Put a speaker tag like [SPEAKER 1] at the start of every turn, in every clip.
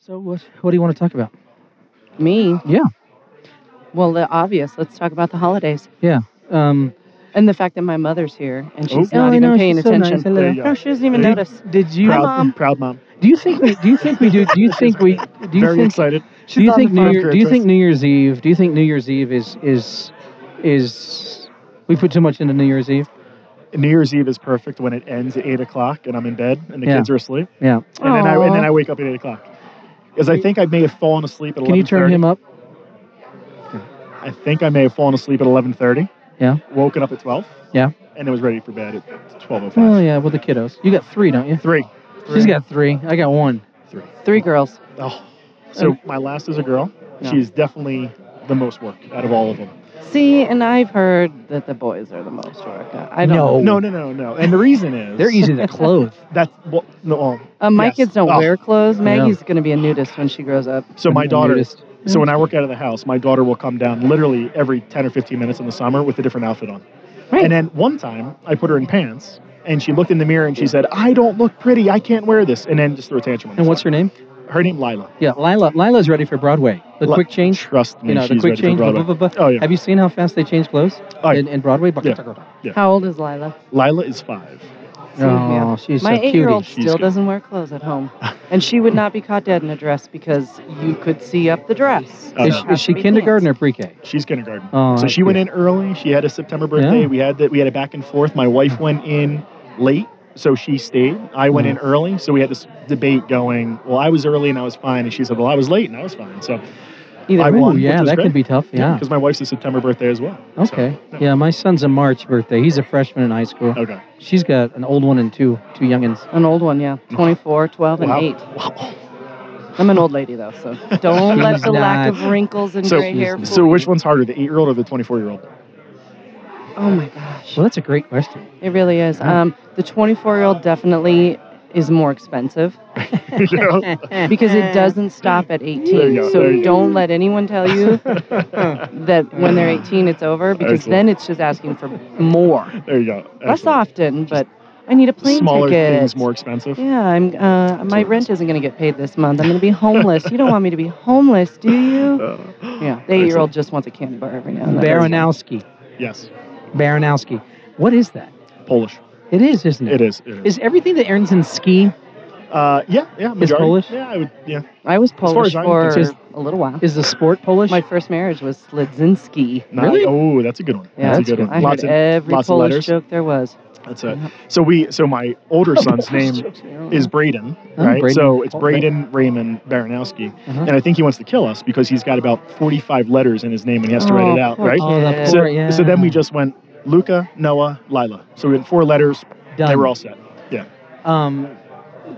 [SPEAKER 1] So what? What do you want to talk about?
[SPEAKER 2] Me?
[SPEAKER 1] Yeah.
[SPEAKER 2] Well, the obvious. Let's talk about the holidays
[SPEAKER 1] Um,
[SPEAKER 2] and the fact that my mother's here and she's
[SPEAKER 1] Oh.
[SPEAKER 2] not
[SPEAKER 1] Oh, I
[SPEAKER 2] even
[SPEAKER 1] know,
[SPEAKER 2] paying
[SPEAKER 1] she's so nice.
[SPEAKER 2] attention.
[SPEAKER 1] Hello.
[SPEAKER 3] There you go.
[SPEAKER 2] No, she doesn't even
[SPEAKER 3] Hey.
[SPEAKER 2] notice.
[SPEAKER 1] did you?
[SPEAKER 2] Hi,
[SPEAKER 3] proud,
[SPEAKER 2] Mom.
[SPEAKER 3] proud mom.
[SPEAKER 1] Do you think? we- Do you think we do? Do you think we? Do you
[SPEAKER 3] Very
[SPEAKER 1] think?
[SPEAKER 3] excited.
[SPEAKER 1] Do you
[SPEAKER 2] on
[SPEAKER 1] think
[SPEAKER 2] the
[SPEAKER 1] New
[SPEAKER 3] phone.
[SPEAKER 1] Year, Do you think New Year's Eve? Do you think New Year's Eve is is is we put too much into New Year's Eve?
[SPEAKER 3] New Year's Eve is perfect when it ends at eight o'clock and I'm in bed and the
[SPEAKER 1] Yeah.
[SPEAKER 3] kids are asleep.
[SPEAKER 1] Yeah.
[SPEAKER 3] And then I and then
[SPEAKER 2] Aw.
[SPEAKER 3] I wake up at eight o'clock. Because I think I may have fallen asleep at
[SPEAKER 1] Can you turn him up?
[SPEAKER 3] I think I may have fallen asleep at eleven thirty.
[SPEAKER 1] Yeah.
[SPEAKER 3] Woken up at twelve.
[SPEAKER 1] Yeah.
[SPEAKER 3] And then was ready for bed at twelve oh
[SPEAKER 1] Oh
[SPEAKER 3] five.
[SPEAKER 1] yeah, with the kiddos. You got three, don't you?
[SPEAKER 3] Three.
[SPEAKER 1] She's got three. I got one.
[SPEAKER 3] three.
[SPEAKER 2] Three girls.
[SPEAKER 3] Oh. So my last is a girl.
[SPEAKER 2] Yeah.
[SPEAKER 3] She's definitely the most work out of all of them.
[SPEAKER 2] See, and I've heard that the boys are the most work. I don't
[SPEAKER 1] No.
[SPEAKER 2] know.
[SPEAKER 3] No, no, no, no. And the reason is
[SPEAKER 1] Oh. They're easy to clothe.
[SPEAKER 3] That's well, no. um, well,
[SPEAKER 2] Uh, my
[SPEAKER 3] Yes.
[SPEAKER 2] kids don't
[SPEAKER 3] Oh.
[SPEAKER 2] wear clothes.
[SPEAKER 1] know.
[SPEAKER 2] Maggie's going to be a nudist when she grows up.
[SPEAKER 3] So my
[SPEAKER 1] And
[SPEAKER 3] daughter.
[SPEAKER 1] nudist.
[SPEAKER 3] So when I work out of the house, my daughter will come down literally every 10 or 15 minutes in the summer with a different outfit on.
[SPEAKER 2] Right.
[SPEAKER 3] And then one time I put her in pants and she looked in the mirror and she said, I don't look pretty. I can't wear this. And then just threw a tantrum.
[SPEAKER 1] And what's her name?
[SPEAKER 3] her name? Lila.
[SPEAKER 1] Yeah, Lila. Lila's ready for Broadway. The
[SPEAKER 3] Li-
[SPEAKER 1] quick change.
[SPEAKER 3] Trust me.
[SPEAKER 1] You know, the
[SPEAKER 3] she's
[SPEAKER 1] quick
[SPEAKER 3] ready for
[SPEAKER 1] change. Blah,
[SPEAKER 3] Broadway.
[SPEAKER 1] blah, blah, blah.
[SPEAKER 3] Oh, yeah.
[SPEAKER 1] Have you seen how fast they change clothes
[SPEAKER 3] Oh, yeah.
[SPEAKER 1] in, in Broadway? Buck-
[SPEAKER 3] Yeah.
[SPEAKER 1] tuck- tuck- tuck.
[SPEAKER 2] How old is Lila?
[SPEAKER 3] Lila is five.
[SPEAKER 2] See, yeah.
[SPEAKER 1] Oh, she's
[SPEAKER 2] My
[SPEAKER 1] so
[SPEAKER 2] eight year old
[SPEAKER 1] cutie.
[SPEAKER 3] She's
[SPEAKER 2] still
[SPEAKER 3] good.
[SPEAKER 2] doesn't wear clothes at home. And she would not be caught dead in a dress because you could see up the dress.
[SPEAKER 3] Oh,
[SPEAKER 1] Is,
[SPEAKER 3] no.
[SPEAKER 2] It has
[SPEAKER 1] is she
[SPEAKER 2] to be
[SPEAKER 1] kindergarten or pre-K?
[SPEAKER 3] She's kindergarten.
[SPEAKER 1] Oh,
[SPEAKER 3] so
[SPEAKER 1] that's
[SPEAKER 3] she went
[SPEAKER 1] cute.
[SPEAKER 3] in early. She had a September birthday.
[SPEAKER 1] Yeah.
[SPEAKER 3] We had that. We had a back and forth. My wife went in late, so she stayed. I went in
[SPEAKER 1] Mm.
[SPEAKER 3] early, so we had this debate going. Well, I was early and I was fine, and she said, "Well, I was late and I was fine." So
[SPEAKER 2] pants. Either
[SPEAKER 3] I
[SPEAKER 2] way.
[SPEAKER 3] won.
[SPEAKER 1] Ooh,
[SPEAKER 3] which
[SPEAKER 1] yeah,
[SPEAKER 3] was
[SPEAKER 1] that
[SPEAKER 3] great.
[SPEAKER 1] could be tough. Yeah.
[SPEAKER 3] because my wife's a September birthday as well. So,
[SPEAKER 1] Okay. Yeah, my son's a March birthday. He's a freshman in high school.
[SPEAKER 3] Okay.
[SPEAKER 1] She's got an old one and two two youngins.
[SPEAKER 2] An old one, yeah.
[SPEAKER 1] Mm.
[SPEAKER 2] 24, 12, and
[SPEAKER 3] wow.
[SPEAKER 2] 8.
[SPEAKER 3] Wow.
[SPEAKER 2] I'm an old lady, though, so don't let the lack of wrinkles and
[SPEAKER 3] So,
[SPEAKER 2] gray hair fool
[SPEAKER 3] so which
[SPEAKER 2] you.
[SPEAKER 3] one's harder, the eight-year-old or the twenty-four-year-old?
[SPEAKER 2] Oh, my gosh.
[SPEAKER 1] Well, that's a great question.
[SPEAKER 2] It really is.
[SPEAKER 1] Yeah.
[SPEAKER 2] Um, the 24 year old definitely is more expensive
[SPEAKER 3] You know?
[SPEAKER 2] because it doesn't stop at 18.
[SPEAKER 3] go, there you
[SPEAKER 2] So
[SPEAKER 3] go.
[SPEAKER 2] don't let anyone tell you that when they're 18 it's over because
[SPEAKER 3] Excellent.
[SPEAKER 2] then it's just asking for more.
[SPEAKER 3] there you go.
[SPEAKER 2] Less
[SPEAKER 3] Excellent.
[SPEAKER 2] often, but I need a plane
[SPEAKER 3] Smaller
[SPEAKER 2] ticket.
[SPEAKER 3] things, more expensive.
[SPEAKER 2] Yeah, I'm. Uh, my
[SPEAKER 3] Absolutely.
[SPEAKER 2] rent isn't going to get paid this month. I'm going to be homeless. you don't want me to be homeless, do you?
[SPEAKER 3] Uh,
[SPEAKER 2] Yeah, the eight-year-old just wants a candy bar every now and then.
[SPEAKER 1] Baranowski.
[SPEAKER 3] yes,
[SPEAKER 1] Baranowski. What is that?
[SPEAKER 3] Polish.
[SPEAKER 1] It is, isn't
[SPEAKER 3] It
[SPEAKER 1] it?
[SPEAKER 3] is. It is.
[SPEAKER 1] Is everything that ends in ski
[SPEAKER 3] Uh, yeah, yeah. Majority.
[SPEAKER 1] Polish?
[SPEAKER 3] Yeah, I would. Yeah.
[SPEAKER 2] I was
[SPEAKER 3] far
[SPEAKER 2] Polish
[SPEAKER 3] as I'm
[SPEAKER 2] for
[SPEAKER 3] concerned-
[SPEAKER 2] a little while.
[SPEAKER 1] is the sport Polish?
[SPEAKER 2] My first marriage was Slidzinski.
[SPEAKER 3] Not-
[SPEAKER 1] Really?
[SPEAKER 3] Oh, that's a good one.
[SPEAKER 2] Yeah,
[SPEAKER 3] that's a good
[SPEAKER 2] I heard
[SPEAKER 3] one. Lots of
[SPEAKER 2] every
[SPEAKER 3] lots of
[SPEAKER 2] Polish
[SPEAKER 3] letters.
[SPEAKER 2] joke there was.
[SPEAKER 3] that's it. So we, so my older
[SPEAKER 2] Oh,
[SPEAKER 3] son's name is Braden,
[SPEAKER 1] Oh,
[SPEAKER 3] right?
[SPEAKER 1] Braden.
[SPEAKER 3] So it's
[SPEAKER 1] Oh, Braden.
[SPEAKER 3] Braden Raymond Baranowski,
[SPEAKER 1] Uh-huh.
[SPEAKER 3] and I think he wants to kill us because he's got about forty-five letters in his name and he has to write
[SPEAKER 2] Oh,
[SPEAKER 3] it out,
[SPEAKER 2] poor
[SPEAKER 3] right?
[SPEAKER 1] Oh, that
[SPEAKER 2] kid.
[SPEAKER 3] So,
[SPEAKER 1] Poor- yeah.
[SPEAKER 3] so then we just went Luca, Noah, Lila. So we had four letters.
[SPEAKER 1] Done.
[SPEAKER 3] They were all set.
[SPEAKER 1] Um,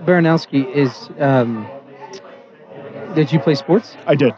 [SPEAKER 1] Baranowski is. Um, did you play sports?
[SPEAKER 3] I did.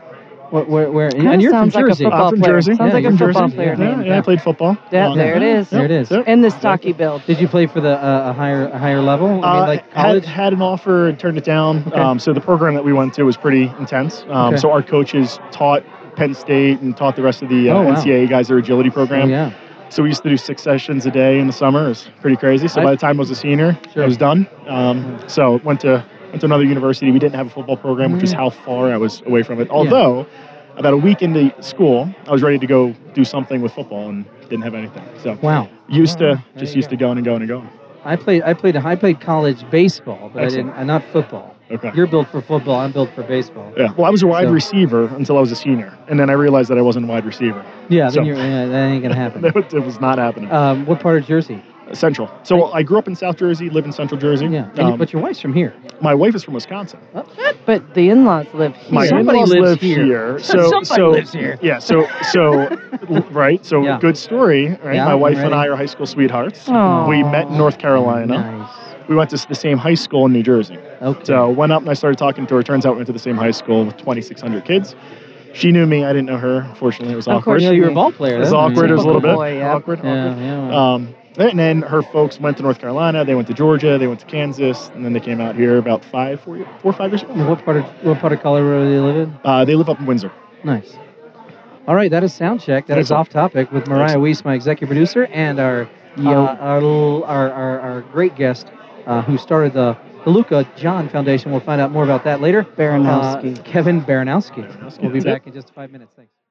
[SPEAKER 1] Where? where, where
[SPEAKER 2] Kinda
[SPEAKER 1] and you're from
[SPEAKER 2] sounds like a
[SPEAKER 1] Jersey.
[SPEAKER 2] football
[SPEAKER 3] I'm from
[SPEAKER 2] player.
[SPEAKER 3] Jersey.
[SPEAKER 2] Sounds
[SPEAKER 1] Yeah,
[SPEAKER 2] like a
[SPEAKER 1] you're from
[SPEAKER 2] football
[SPEAKER 1] Jersey.
[SPEAKER 2] player
[SPEAKER 3] Yeah,
[SPEAKER 2] name.
[SPEAKER 3] yeah, I played football.
[SPEAKER 2] Yeah,
[SPEAKER 3] Long
[SPEAKER 2] there it
[SPEAKER 3] time.
[SPEAKER 2] is.
[SPEAKER 3] Yep,
[SPEAKER 1] There it is.
[SPEAKER 3] yep.
[SPEAKER 2] And the stocky build.
[SPEAKER 1] Did you play for the uh, a higher a higher level? I mean,
[SPEAKER 3] Uh,
[SPEAKER 1] like
[SPEAKER 3] had-
[SPEAKER 1] college.
[SPEAKER 3] Had, an offer and turned it down.
[SPEAKER 1] Okay.
[SPEAKER 3] Um, so the program that we went to was pretty intense. Um,
[SPEAKER 1] Okay.
[SPEAKER 3] So our coaches taught Penn State and taught the rest of the uh,
[SPEAKER 1] Oh, wow.
[SPEAKER 3] NCAA guys their agility
[SPEAKER 1] Oh,
[SPEAKER 3] program.
[SPEAKER 1] yeah.
[SPEAKER 3] So we used to do six sessions a day in the summer. It was pretty crazy. So
[SPEAKER 1] I-
[SPEAKER 3] by the time I was a senior,
[SPEAKER 1] Sure.
[SPEAKER 3] I was done. Um, so went to went to another university. We didn't have a football program, which is
[SPEAKER 1] Yeah.
[SPEAKER 3] how far I was away from it. Although. About a week into school, I was ready to go do something with football and didn't have anything. So
[SPEAKER 1] Wow.
[SPEAKER 3] used
[SPEAKER 1] Wow.
[SPEAKER 3] to
[SPEAKER 1] There
[SPEAKER 3] just
[SPEAKER 1] you
[SPEAKER 3] used to going and going and going.
[SPEAKER 1] I played. I played. I played college baseball, but
[SPEAKER 3] Excellent.
[SPEAKER 1] I didn't. Not football.
[SPEAKER 3] Okay.
[SPEAKER 1] You're built for football. I'm built for baseball.
[SPEAKER 3] Yeah. Well, I was a wide
[SPEAKER 1] So-
[SPEAKER 3] receiver until I was a senior, and then I realized that I wasn't a wide receiver.
[SPEAKER 1] Yeah. Then
[SPEAKER 3] So-
[SPEAKER 1] you're, yeah that ain't gonna happen.
[SPEAKER 3] That was- it was not happening.
[SPEAKER 1] um, what part of Jersey?
[SPEAKER 3] Central. So I grew up in South Jersey, live in Central Jersey.
[SPEAKER 1] Yeah. And you-
[SPEAKER 3] Um,
[SPEAKER 1] but your wife's from here.
[SPEAKER 3] my wife is from Wisconsin.
[SPEAKER 1] Oh,
[SPEAKER 2] But the in-laws live here.
[SPEAKER 3] My
[SPEAKER 1] Somebody
[SPEAKER 3] in-laws
[SPEAKER 1] lives
[SPEAKER 3] live
[SPEAKER 1] here.
[SPEAKER 3] So
[SPEAKER 1] Somebody
[SPEAKER 3] so
[SPEAKER 1] lives here.
[SPEAKER 3] yeah. So so right. So
[SPEAKER 1] Yeah.
[SPEAKER 3] good story. Right.
[SPEAKER 1] Yeah,
[SPEAKER 3] my wife
[SPEAKER 1] right.
[SPEAKER 3] and I are high school sweethearts.
[SPEAKER 2] Aw.
[SPEAKER 3] We met in North Carolina.
[SPEAKER 1] Nice.
[SPEAKER 3] We went to the same high school in New Jersey.
[SPEAKER 1] Okay.
[SPEAKER 3] So went up and I started talking to her. Turns out we went to the same high school with 2,600 kids. She knew me. I didn't know her. Fortunately, it was
[SPEAKER 2] Of
[SPEAKER 3] awkward.
[SPEAKER 2] course
[SPEAKER 1] yeah, you're a ball player.
[SPEAKER 3] It was
[SPEAKER 1] That's
[SPEAKER 3] awkward. It was a little bit
[SPEAKER 2] Boy, yeah.
[SPEAKER 3] awkward.
[SPEAKER 1] Yeah.
[SPEAKER 3] awkward.
[SPEAKER 1] Yeah.
[SPEAKER 3] Um, and then her folks went to North Carolina. They went to Georgia. They went to Kansas, and then they came out here about five, four, year- four or five years ago.
[SPEAKER 1] what part of what part of Colorado do they live in?
[SPEAKER 3] Uh, they live up in Windsor.
[SPEAKER 1] Nice. All right, that is sound check. That is
[SPEAKER 3] Excellent.
[SPEAKER 1] off topic with Mariah Weiss, my executive producer, and our uh, our, l- our our our great guest uh, who started the The Luca John Foundation. We'll find out more about that later.
[SPEAKER 2] Baranowski.
[SPEAKER 1] Uh, Kevin Baranowski.
[SPEAKER 3] Baranowski,
[SPEAKER 1] We'll be
[SPEAKER 3] that's it.
[SPEAKER 1] back in just five minutes. Thanks.